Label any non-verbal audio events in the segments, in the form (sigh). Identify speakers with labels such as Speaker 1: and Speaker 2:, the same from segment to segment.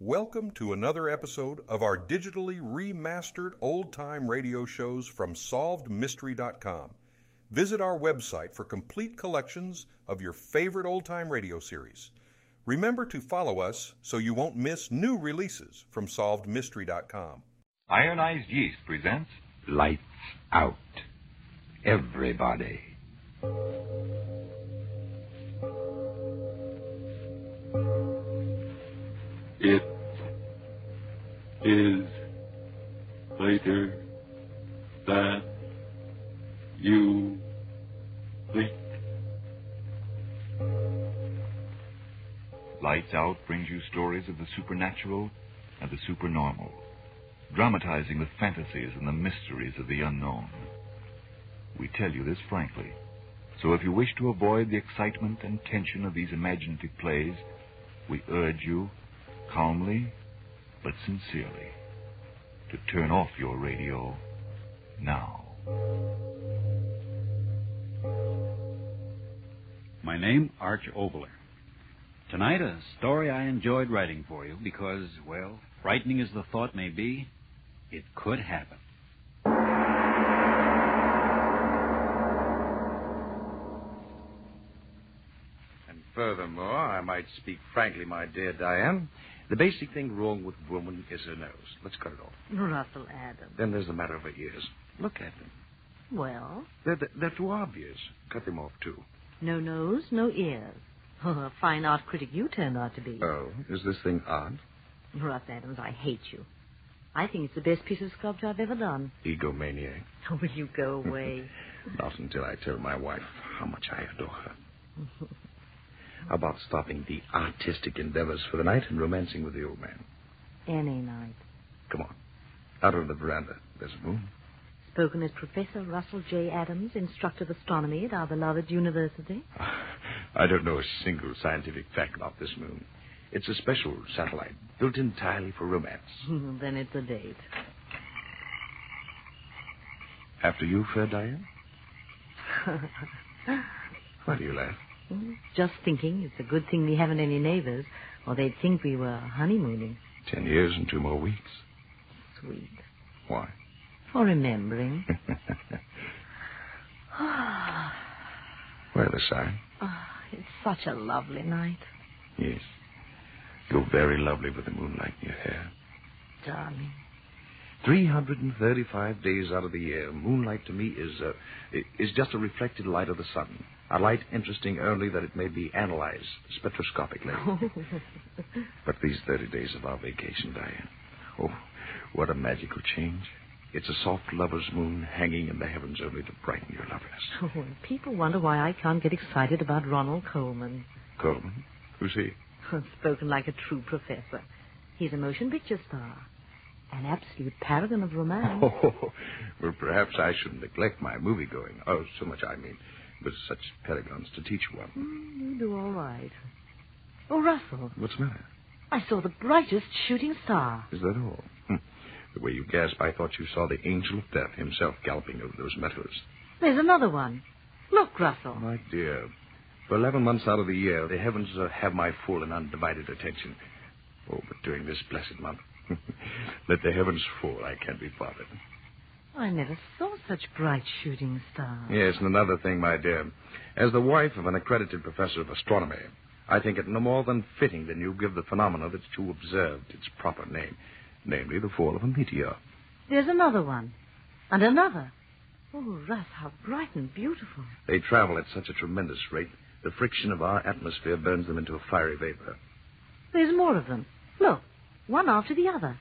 Speaker 1: Welcome to another episode of our digitally remastered old time radio shows from SolvedMystery.com. Visit our website for complete collections of your favorite old time radio series. Remember to follow us so you won't miss new releases from SolvedMystery.com.
Speaker 2: Ironized Yeast presents Lights Out. Everybody.
Speaker 3: It is later than you think.
Speaker 2: Lights Out brings you stories of the supernatural and the supernormal, dramatizing the fantasies and the mysteries of the unknown. We tell you this frankly, so if you wish to avoid the excitement and tension of these imaginative plays, we urge you, calmly but sincerely, to turn off your radio now.
Speaker 4: My name, Arch Obler. Tonight, a story I enjoyed writing for you because, well, frightening as the thought may be, it could happen.
Speaker 5: And furthermore, I might speak frankly, my dear Diane. The basic thing wrong with woman is her nose. Let's cut it off.
Speaker 6: Russell Adams.
Speaker 5: Then there's the matter of her ears. Look at them.
Speaker 6: Well,
Speaker 5: They're, they're, they're too obvious. Cut them off, too.
Speaker 6: no nose, no ears. (laughs) a fine art critic you turned out to be.
Speaker 5: Oh, is this thing odd?
Speaker 6: Russ Adams, I hate you. I think it's the best piece of sculpture I've ever done. (laughs)
Speaker 5: Egomaniac.
Speaker 6: Oh, will you go away?
Speaker 5: Not until I tell my wife how much I adore (laughs) her. How about stopping the artistic endeavors for the night and romancing with the old man?
Speaker 6: Any night.
Speaker 5: Come on. Out on the veranda. There's a moon.
Speaker 6: Spoken as Professor Russell J. Adams, instructor of astronomy at our beloved university. (laughs)
Speaker 5: I don't know a single scientific fact about this moon. It's a special satellite built entirely for romance.
Speaker 6: then it's a date.
Speaker 5: After you, fair Diane? Why do you laugh?
Speaker 6: Just thinking it's a good thing we haven't any neighbors, or they'd think we were honeymooning.
Speaker 5: Ten years and two more weeks.
Speaker 6: Sweet.
Speaker 5: Why?
Speaker 6: For remembering.
Speaker 5: Well, the sign.
Speaker 6: Ah, it's such a lovely night.
Speaker 5: Yes. You're very lovely with the moonlight in your hair.
Speaker 6: Darling.
Speaker 5: 335 days out of the year, moonlight to me is uh, i- is just a reflected light of the sun. A light interesting only that it may be analyzed spectroscopically. but these 30 days of our vacation, Diane. Oh, what a magical change. It's a soft lover's moon hanging in the heavens only to brighten your loveliness.
Speaker 6: Oh, and people wonder why I can't get excited about Ronald Coleman.
Speaker 5: Coleman, who's he? (laughs)
Speaker 6: Spoken like a true professor. He's a motion picture star. An absolute paragon of romance.
Speaker 5: Oh, well, perhaps I shouldn't neglect my movie going. Oh, so much I mean. With such paragons to teach one.
Speaker 6: Mm, You do all right. Oh, Russell,
Speaker 5: What's the matter?
Speaker 6: I saw the brightest shooting star.
Speaker 5: Is that all? Hmm. The way you gasped, I thought you saw the angel of death himself galloping over those meadows.
Speaker 6: There's another one. Look, Russell.
Speaker 5: My dear, for 11 months out of the year, the heavens uh, have my full and undivided attention. Oh, but during this blessed month, (laughs) let the heavens fall. I can't be bothered.
Speaker 6: I never saw such bright shooting stars.
Speaker 5: Yes, and another thing, my dear. As the wife of an accredited professor of astronomy, I think it no more than fitting that you give the phenomena that you observed its proper name, namely the fall of a meteor.
Speaker 6: There's another one. And another. Oh, Russ, how bright and beautiful.
Speaker 5: They travel at such a tremendous rate, the friction of our atmosphere burns them into a fiery vapor.
Speaker 6: There's more of them. Look, one after the other.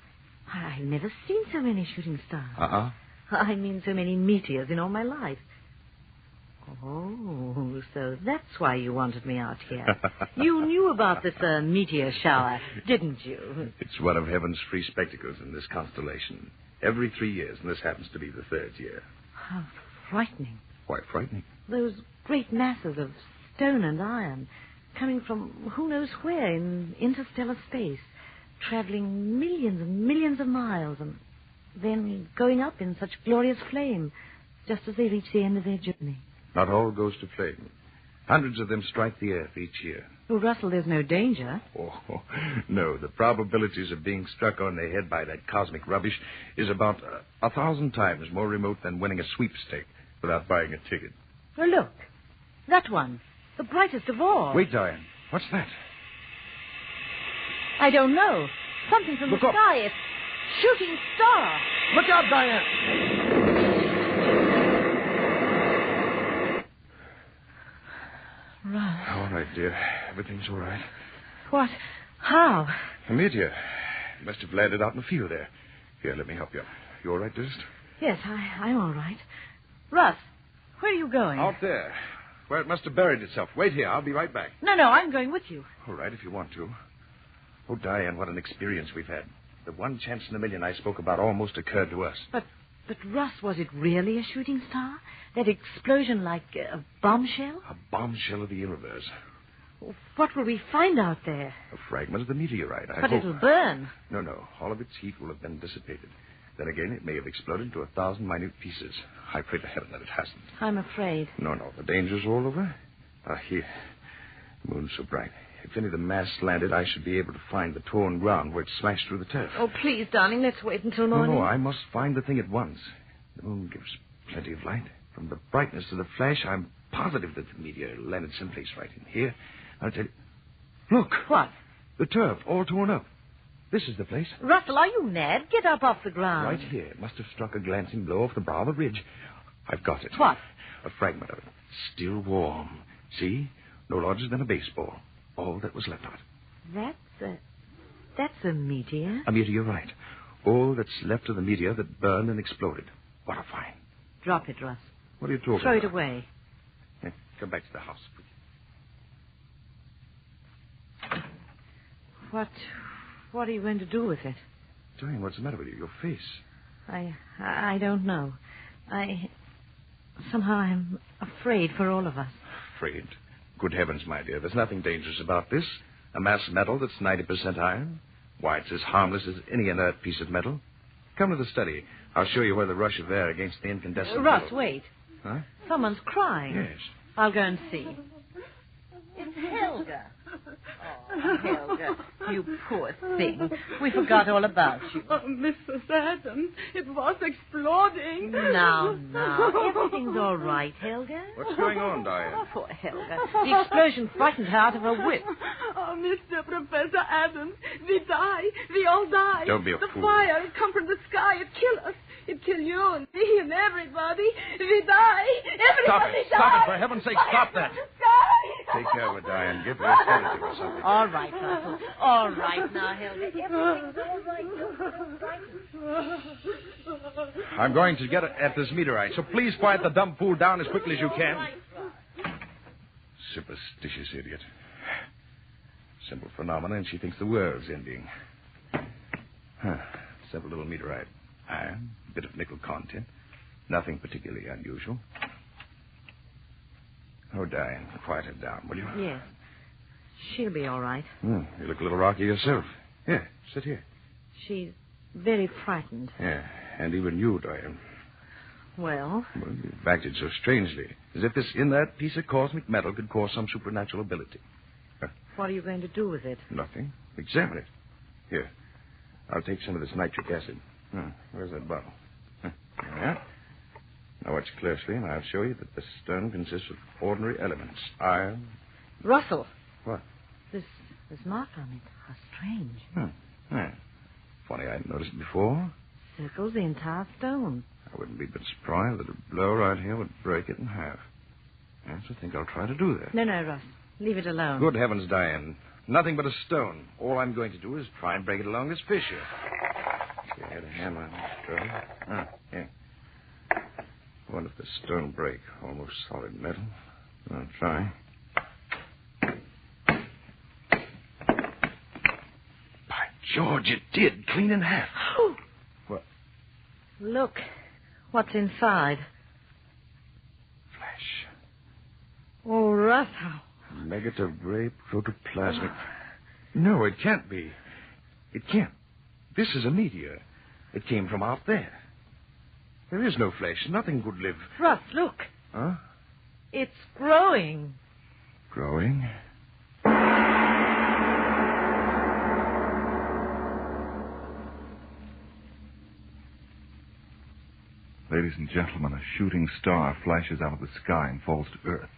Speaker 6: I- I've never seen so many shooting stars.
Speaker 5: Uh-uh.
Speaker 6: I mean, so many meteors in all my life. Oh, so that's why you wanted me out here. you knew about this uh, meteor shower, didn't you?
Speaker 5: It's one of heaven's free spectacles in this constellation. Every three years, and this happens to be the third year.
Speaker 6: How frightening.
Speaker 5: Quite frightening.
Speaker 6: Those great masses of stone and iron coming from who knows where in interstellar space, traveling millions and millions of miles and then going up in such glorious flame just as they reach the end of their journey.
Speaker 5: Not all goes to flame. Hundreds of them strike the earth each year.
Speaker 6: Oh, Russell, there's no danger.
Speaker 5: Oh, (laughs) no. The probabilities of being struck on the head by that cosmic rubbish is about uh, a thousand times more remote than winning a sweepstake without buying a ticket.
Speaker 6: Oh, look. That one. The brightest of all.
Speaker 5: Wait, Diane. What's that?
Speaker 6: I don't know. Something from
Speaker 5: Look
Speaker 6: the
Speaker 5: up.
Speaker 6: sky. It's shooting star.
Speaker 5: Look out, Diane!
Speaker 6: Right.
Speaker 5: All right, dear. Everything's all right.
Speaker 6: What? How?
Speaker 5: A meteor. You must have landed out in the field there. Here, let me help you. You all right, dearest?
Speaker 6: Yes, I, I'm all right. Russ, where are you going?
Speaker 5: Out there. Where it must have buried itself. Wait here. I'll be right back.
Speaker 6: No, no, I'm going with you.
Speaker 5: All right, if you want to. Oh, Diane, what an experience we've had. The one chance in a million I spoke about almost occurred to us.
Speaker 6: But, but Russ, was it really a shooting star? That explosion like a bombshell?
Speaker 5: A bombshell of the universe.
Speaker 6: What will we find out there?
Speaker 5: A fragment of the meteorite, I
Speaker 6: but
Speaker 5: hope.
Speaker 6: it'll burn.
Speaker 5: No, no. All of its heat will have been dissipated. Then again, it may have exploded into a thousand minute pieces. I pray to heaven that it hasn't.
Speaker 6: I'm afraid.
Speaker 5: No, no. The danger's all over. Ah, here. The moon's so bright. If any of the mass landed, I should be able to find the torn ground where it smashed through the turf.
Speaker 6: Oh, please, darling, let's wait until
Speaker 5: no,
Speaker 6: morning.
Speaker 5: no. I must find the thing at once. The moon gives plenty of light. From the brightness of the flash, I'm positive that the meteor landed someplace right in here. I'll tell you. Look.
Speaker 6: What?
Speaker 5: The turf, all torn up. This is the place.
Speaker 6: Russell, are you mad? Get up off the ground.
Speaker 5: Right here. It must have struck a glancing blow off the brow of the ridge. I've got it.
Speaker 6: What?
Speaker 5: A fragment of it. Still warm. See? No larger than a baseball. All that was left of it.
Speaker 6: That's a, that's a meteor.
Speaker 5: A meteorite. All that's left of the meteor that burned and exploded. What a find.
Speaker 6: Drop it, Russ.
Speaker 5: What are you talking
Speaker 6: Throw
Speaker 5: about?
Speaker 6: it away.
Speaker 5: Here, Come back to the house. please.
Speaker 6: What, what are you going to do with it?
Speaker 5: Diane, what's the matter with you? Your face.
Speaker 6: I, I I don't know. I, somehow I'm afraid for all of us.
Speaker 5: Afraid. Good heavens, my dear. There's nothing dangerous about this. A mass metal that's 90% iron. Why, it's as harmless as any inert piece of metal. Come to the study. I'll show you where the rush of air against the incandescent.
Speaker 6: Uh, Russ,
Speaker 5: metal-
Speaker 6: wait.
Speaker 5: Huh?
Speaker 6: Someone's crying.
Speaker 5: Yes.
Speaker 6: I'll go and see. It's Helga. (laughs) Oh, Helga, you poor thing. (laughs) We forgot all about you.
Speaker 7: Oh, Mrs. Adams, it was exploding.
Speaker 6: Now, now, everything's all right, Helga. Oh,
Speaker 5: What's going on, Diane?
Speaker 6: Poor Helga. The explosion frightened her out of her wits.
Speaker 7: Oh, Mr. Professor Adams, we die. (laughs) We all die.
Speaker 5: Don't be a
Speaker 7: the
Speaker 5: fool.
Speaker 7: fire it come from the sky. It kill us. It kill you and me and everybody. We die.
Speaker 5: Stop
Speaker 7: Everybody
Speaker 5: it. Stop
Speaker 7: die.
Speaker 5: it. For heaven's sake, stop that.
Speaker 7: Sky.
Speaker 5: Take care of it, Diane. Give her a sedative or something.
Speaker 6: All right, Russell. All right now, Helga. Everything's all right. Don't be frightened.
Speaker 5: I'm going to get at this meteorite, so please quiet the dumb fool down as quickly as you can. Superstitious idiot. Simple phenomena, and she thinks the world's ending. Huh. Simple little meteorite. Iron, bit of nickel content. Nothing particularly unusual. Oh, Diane, quiet her down, will you?
Speaker 6: Yes. She'll be all right.
Speaker 5: Hmm, you look a little rocky yourself. Here, sit here.
Speaker 6: She's very frightened.
Speaker 5: Yeah, and even you, Diane.
Speaker 6: Well,
Speaker 5: Well, you've acted so strangely, as if this inert piece of cosmic metal could cause some supernatural ability.
Speaker 6: what are you going to do with it?
Speaker 5: Nothing. Examine it. Here, I'll take some of this nitric acid. Hmm, Where's that bottle? Huh, there we are. Now watch closely, and I'll show you that the stone consists of ordinary elements: iron.
Speaker 6: Russell.
Speaker 5: What?
Speaker 6: This this mark on it. How strange.
Speaker 5: Hmm. Funny, I hadn't noticed it before.
Speaker 6: Circles the entire stone.
Speaker 5: I wouldn't be a bit surprised that a blow right here would break it in half. I also think I'll try to do that.
Speaker 6: No, no, Russ. Leave it alone.
Speaker 5: Good heavens, Diane. Nothing but a stone. All I'm going to do is try and break it along this fissure. You had a hammer on this stone. Ah, here. I wonder if the stone will break. Almost solid metal. I'll try. By George, it did. Clean in half.
Speaker 6: Look. What's inside?
Speaker 5: Flash.
Speaker 6: Oh, Russ, how
Speaker 5: Negative ray protoplasmic. Ah. No, it can't be. It can't. This is a meteor. It came from out there. There is no flesh. Nothing could live.
Speaker 6: Russ, look.
Speaker 5: Huh?
Speaker 6: It's growing.
Speaker 5: Growing?
Speaker 2: Ladies and gentlemen, a shooting star flashes out of the sky and falls to Earth.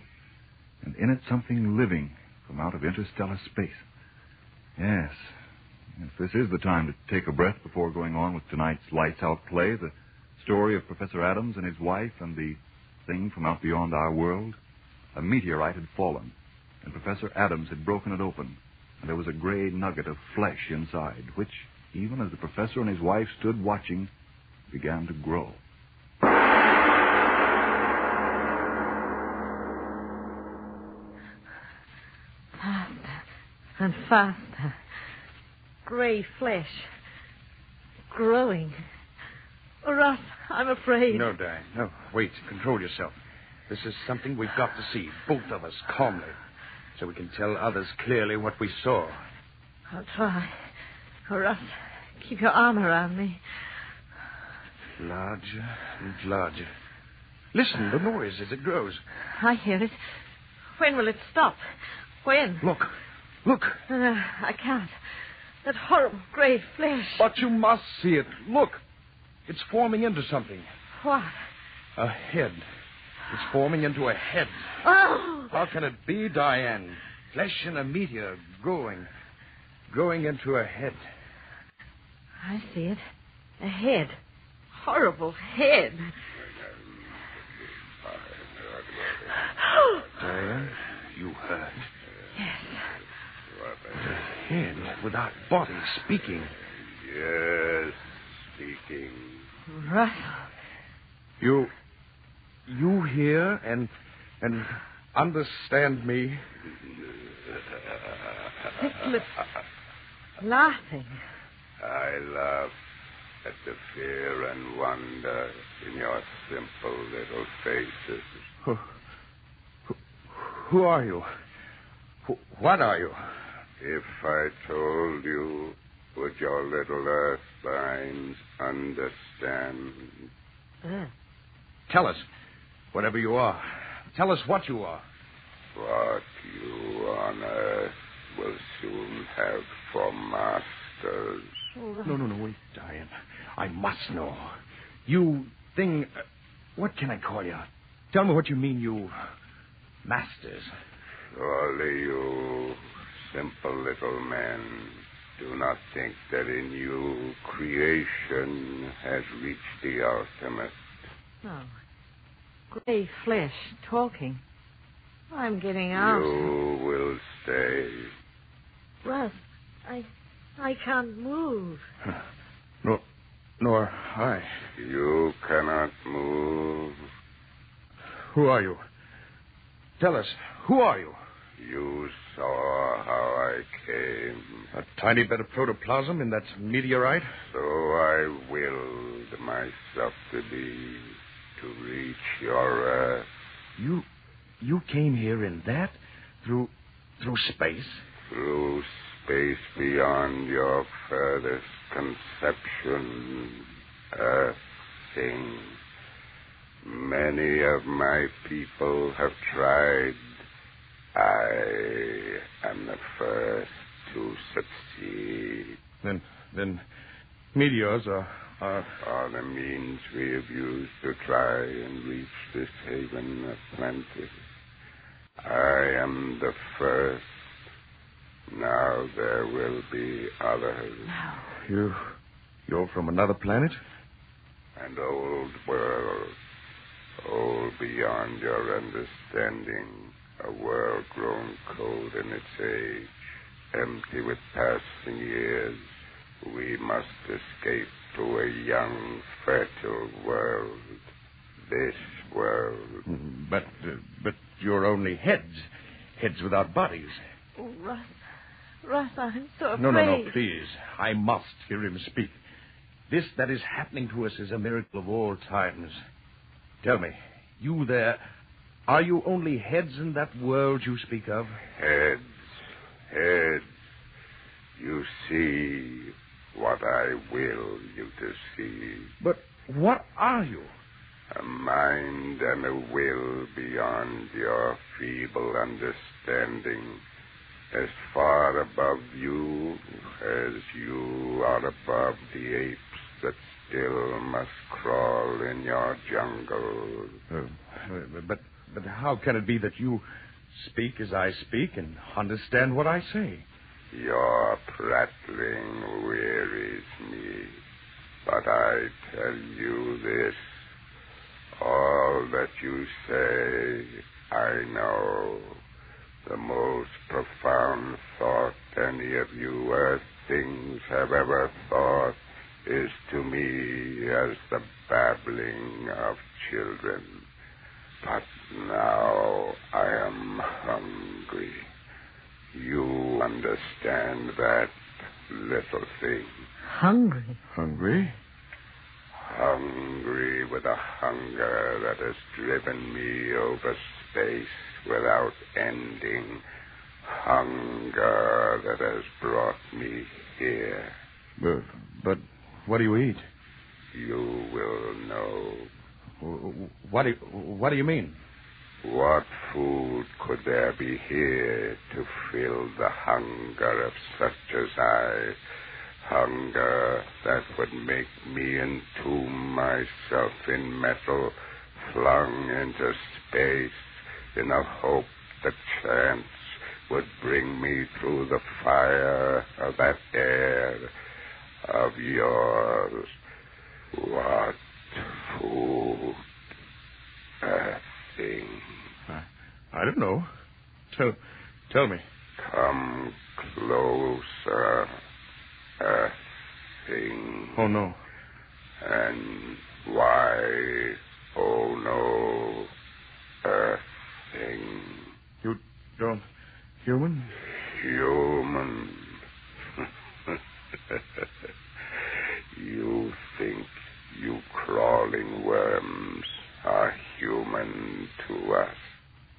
Speaker 2: And in it, something living from out of interstellar space. Yes. Yes, this is the time to take a breath before going on with tonight's Lights Out play, the story of Professor Adams and his wife and the thing from out beyond our world. A meteorite had fallen, and Professor Adams had broken it open, and there was a gray nugget of flesh inside, which, even as the professor and his wife stood watching, began to grow.
Speaker 6: Faster and faster. Gray flesh. Growing. Russ, I'm afraid.
Speaker 5: No, Di. No. Wait. Control yourself. This is something we've got to see, both of us, calmly, so we can tell others clearly what we saw.
Speaker 6: I'll try. Russ, keep your arm around me.
Speaker 5: Larger and larger. Listen, the noise as it grows.
Speaker 6: I hear it. When will it stop? When?
Speaker 5: Look. Look.
Speaker 6: No, no, I can't. That horrible grey flesh.
Speaker 5: But you must see it. Look. It's forming into something.
Speaker 6: What?
Speaker 5: A head. It's forming into a head.
Speaker 6: Oh!
Speaker 5: How can it be, Diane? Flesh in a meteor growing. Growing into a head.
Speaker 6: I see it. A head. Horrible head.
Speaker 5: Diane, you heard.
Speaker 6: yes.
Speaker 5: Head without body speaking.
Speaker 3: Yes, speaking.
Speaker 6: Russ,
Speaker 5: You. You hear and. and understand
Speaker 3: (laughs)
Speaker 5: me?
Speaker 6: his lips laughing.
Speaker 3: I laugh at the fear and wonder in your simple little faces.
Speaker 5: Who, who- who are you? Wh- What are you?
Speaker 3: If I told you, would your little earthlings understand?
Speaker 6: Earth.
Speaker 5: Tell us, whatever you are. Tell us what you are.
Speaker 3: What you on earth will soon have for masters.
Speaker 5: No, no, no, wait, Diane. I must know. You thing. uh, what can I call you? Tell me what you mean, you. Masters.
Speaker 3: Surely you, simple little men, do not think that in you creation has reached the ultimate.
Speaker 6: No. Grey flesh talking. I'm getting out.
Speaker 3: You will stay.
Speaker 6: Russ, I, I can't move.
Speaker 5: Nor. Nor I.
Speaker 3: You cannot move.
Speaker 5: Who are you? Tell us, who are you?
Speaker 3: You saw how I came.
Speaker 5: A tiny bit of protoplasm in that meteorite?
Speaker 3: So I willed myself to be, to reach your uh, earth.
Speaker 5: You. You came here in that? Through. through space?
Speaker 3: through space beyond your furthest conception, Earth thing. Many of my people have tried. I am the first to succeed.
Speaker 5: Then. then. meteors are. are.
Speaker 3: Are the means we have used to try and reach this haven Atlantis. I am the first. Now there will be others.
Speaker 5: You. you're from another planet?
Speaker 3: and old world. Old beyond your understanding. A world grown cold in its age, empty with passing years. We must escape to a young, fertile world. This world.
Speaker 5: But uh, but you're only heads, heads without bodies.
Speaker 6: Oh, Russ, Russ, I'm so afraid.
Speaker 5: No, no, no, please. I must hear him speak. This that is happening to us is a miracle of all times. Tell me, you there, are you only heads in that world you speak of?
Speaker 3: Heads. Heads. You see what I will you to see.
Speaker 5: But what are you?
Speaker 3: A mind and a will beyond your feeble understanding. as far above you as you are above the apes that still must crawl in your jungles.
Speaker 5: Uh, but, but how can it be that you speak as I speak and understand what I say?
Speaker 3: Your prattling wearies me. But I tell you this. All that you say, I know. The most profound thought any of you earth things have ever thought is to me as the babbling of children. But now I am hungry. You understand that little thing.
Speaker 6: Hungry.
Speaker 5: Hungry?
Speaker 3: Hungry with a hunger that has driven me over space without ending. Hunger that has brought me here.
Speaker 5: But, Uh, but what do you eat?
Speaker 3: You will know.
Speaker 5: Uh, What do you, what do you mean?
Speaker 3: What food could there be here to fill the hunger of such as I? Hunger that would make me entomb myself in metal, flung into space in a hope that chance would bring me through the fire of that air of yours. What food? A thing.
Speaker 5: I, I don't know. Tell, tell me.
Speaker 3: Come closer, a thing.
Speaker 5: Oh no.
Speaker 3: And why, oh no, a thing.
Speaker 5: You don't. Human?
Speaker 3: Human. (laughs) you think you crawling worms are human to us,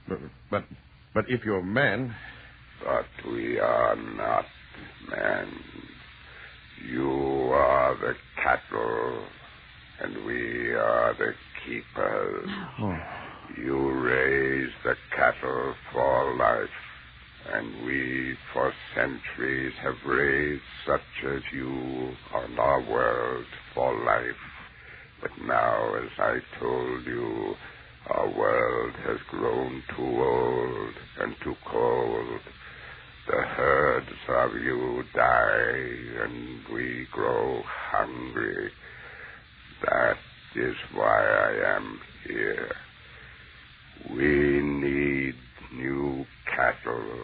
Speaker 5: But, but, but if you're a man,
Speaker 3: but we are not men. You are the cattle, and we are the keepers. You raise the cattle for life, and we for centuries have raised such as you on our world for life. But now, as I told you, our world has grown too old and too cold. The herds of you die, and we grow hungry. That is why I am here. We need new cattle.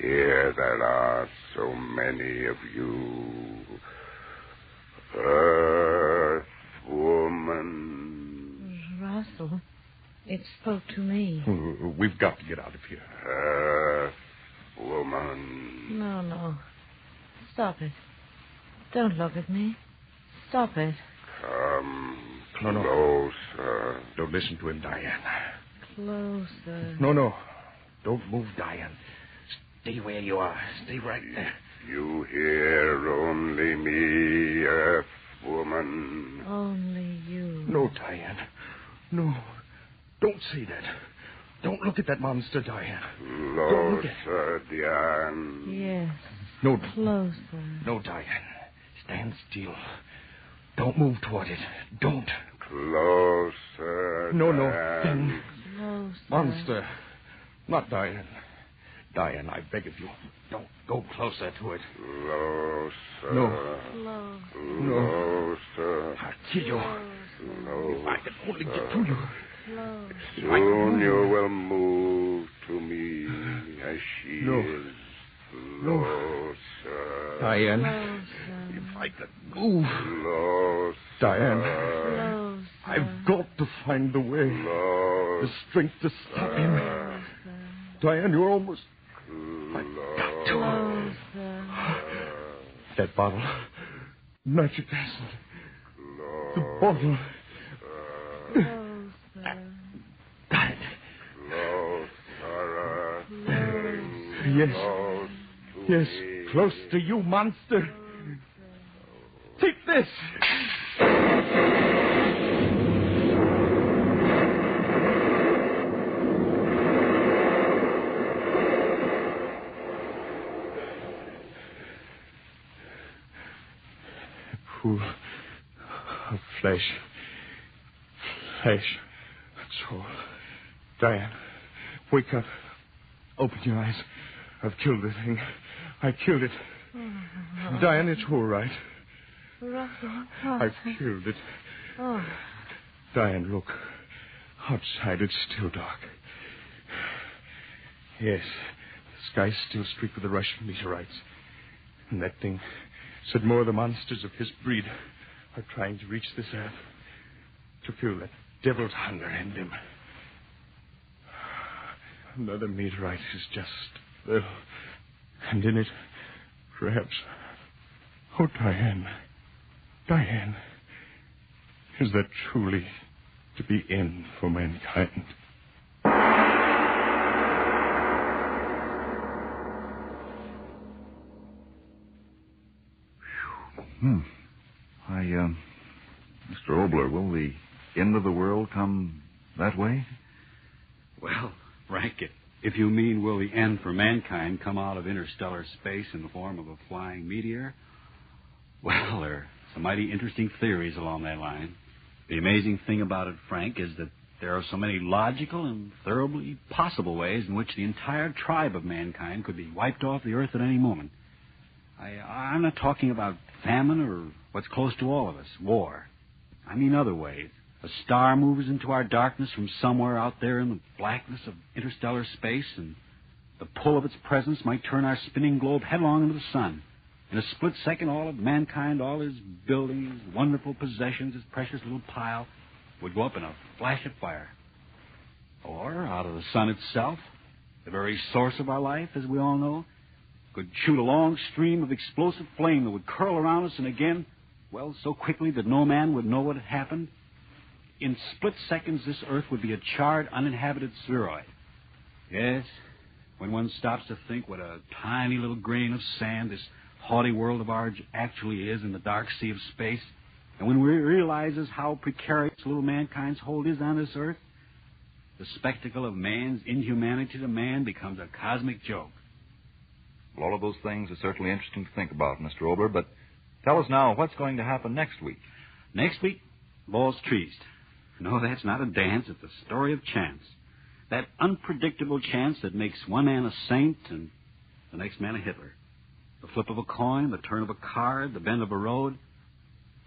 Speaker 3: Here there are so many of you. Earth woman.
Speaker 6: Russell, it spoke to me.
Speaker 5: we've got to get out of here.
Speaker 3: Earth woman.
Speaker 6: No, no. Stop it. Don't look at me. Stop it.
Speaker 3: Come
Speaker 5: No, no.
Speaker 3: closer.
Speaker 5: Don't listen to him, Diane.
Speaker 6: Closer.
Speaker 5: No, no. Don't move, Diane. Stay where you are. Stay right there.
Speaker 3: You hear only me, Earth woman.
Speaker 6: Only you.
Speaker 5: No, Diane. No. Don't say that. Don't look at that monster, Diane. Don't look at-
Speaker 3: Closer, Diane.
Speaker 6: Yes.
Speaker 5: No,
Speaker 6: Closer.
Speaker 5: no, Diane. Stand still. Don't move toward it. Don't.
Speaker 3: Closer.
Speaker 5: No, no.
Speaker 3: Diane.
Speaker 6: Closer.
Speaker 5: Monster. Not Diane. Diane, I beg of you. Don't go closer to it.
Speaker 3: Closer.
Speaker 5: No.
Speaker 6: Close.
Speaker 3: Closer.
Speaker 5: I'll kill you. If I could only get to you.
Speaker 6: Close.
Speaker 3: Soon you will move to me as she
Speaker 5: No.
Speaker 3: is.
Speaker 5: No. uh,
Speaker 3: Closer.
Speaker 5: Diane.
Speaker 6: Closer.
Speaker 5: If I could move.
Speaker 3: Closer.
Speaker 5: Diane.
Speaker 6: Closer.
Speaker 5: I've got to find the way. The
Speaker 3: Closer.
Speaker 5: strength to stop him. Diane, you're almost.
Speaker 6: Closer.
Speaker 5: That bottle. Nitric acid. The bottle.
Speaker 6: Closer.
Speaker 5: Diane.
Speaker 3: Closer.
Speaker 5: Yes. Yes. Close to you, monster. Take this. pool of flesh. Flesh. That's all. Diane, wake up. Open your eyes. I've killed the thing. I killed it. Diane, it's all right.
Speaker 6: Russell.
Speaker 5: I killed it.
Speaker 6: Oh,
Speaker 5: Diane, look. Outside, it's still dark. Yes, the sky's still streaked with the rush of meteorites. And that thing said more of the monsters of his breed are trying to reach this earth to feel that devil's hunger in them. Another meteorite is just there. And in it, perhaps. Oh, Diane. Diane. Is that truly to be end for mankind?
Speaker 2: I, um, Mr. Obler, will the end of the world come that way?
Speaker 4: Well, Frank, if- if you mean will the end for mankind come out of interstellar space in the form of a flying meteor, well, there are some mighty interesting theories along that line. The amazing thing about it, Frank, is that there are so many logical and thoroughly possible ways in which the entire tribe of mankind could be wiped off the earth at any moment. I, I'm not talking about famine or what's close to all of us, war. I mean other ways. A star moves into our darkness from somewhere out there in the blackness of interstellar space, and the pull of its presence might turn our spinning globe headlong into the sun. In a split second, all of mankind, all his buildings, wonderful possessions, his precious little pile, would go up in a flash of fire. Or out of the sun itself, the very source of our life, as we all know, could shoot a long stream of explosive flame that would curl around us and again, well, so quickly that no man would know what had happened. In split seconds, this Earth would be a charred, uninhabited spheroid. Yes, when one stops to think what a tiny little grain of sand this haughty world of ours actually is in the dark sea of space, and when we realizes how precarious little mankind's hold is on this Earth, the spectacle of man's inhumanity to man becomes a cosmic joke.
Speaker 2: Well, all of those things are certainly interesting to think about, Mr. Obler, but tell us now what's going to happen next week.
Speaker 4: Next week, Ball's Trees. No, that's not a dance. It's a story of chance. That unpredictable chance that makes one man a saint and the next man a Hitler. The flip of a coin, the turn of a card, the bend of a road.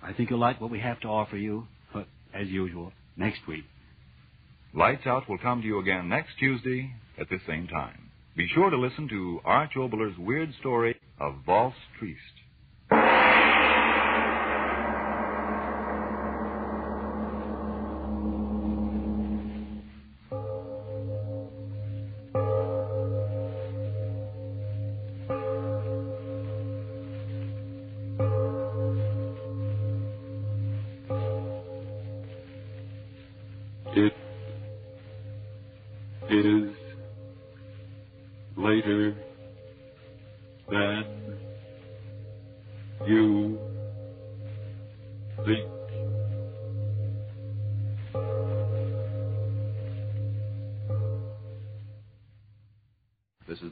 Speaker 4: I think you'll like what we have to offer you, but as usual, next week.
Speaker 2: Lights Out will come to you again next Tuesday at this same time. Be sure to listen to Arch Obler's weird story of Vals Triest.
Speaker 8: It is later than you think.
Speaker 2: This is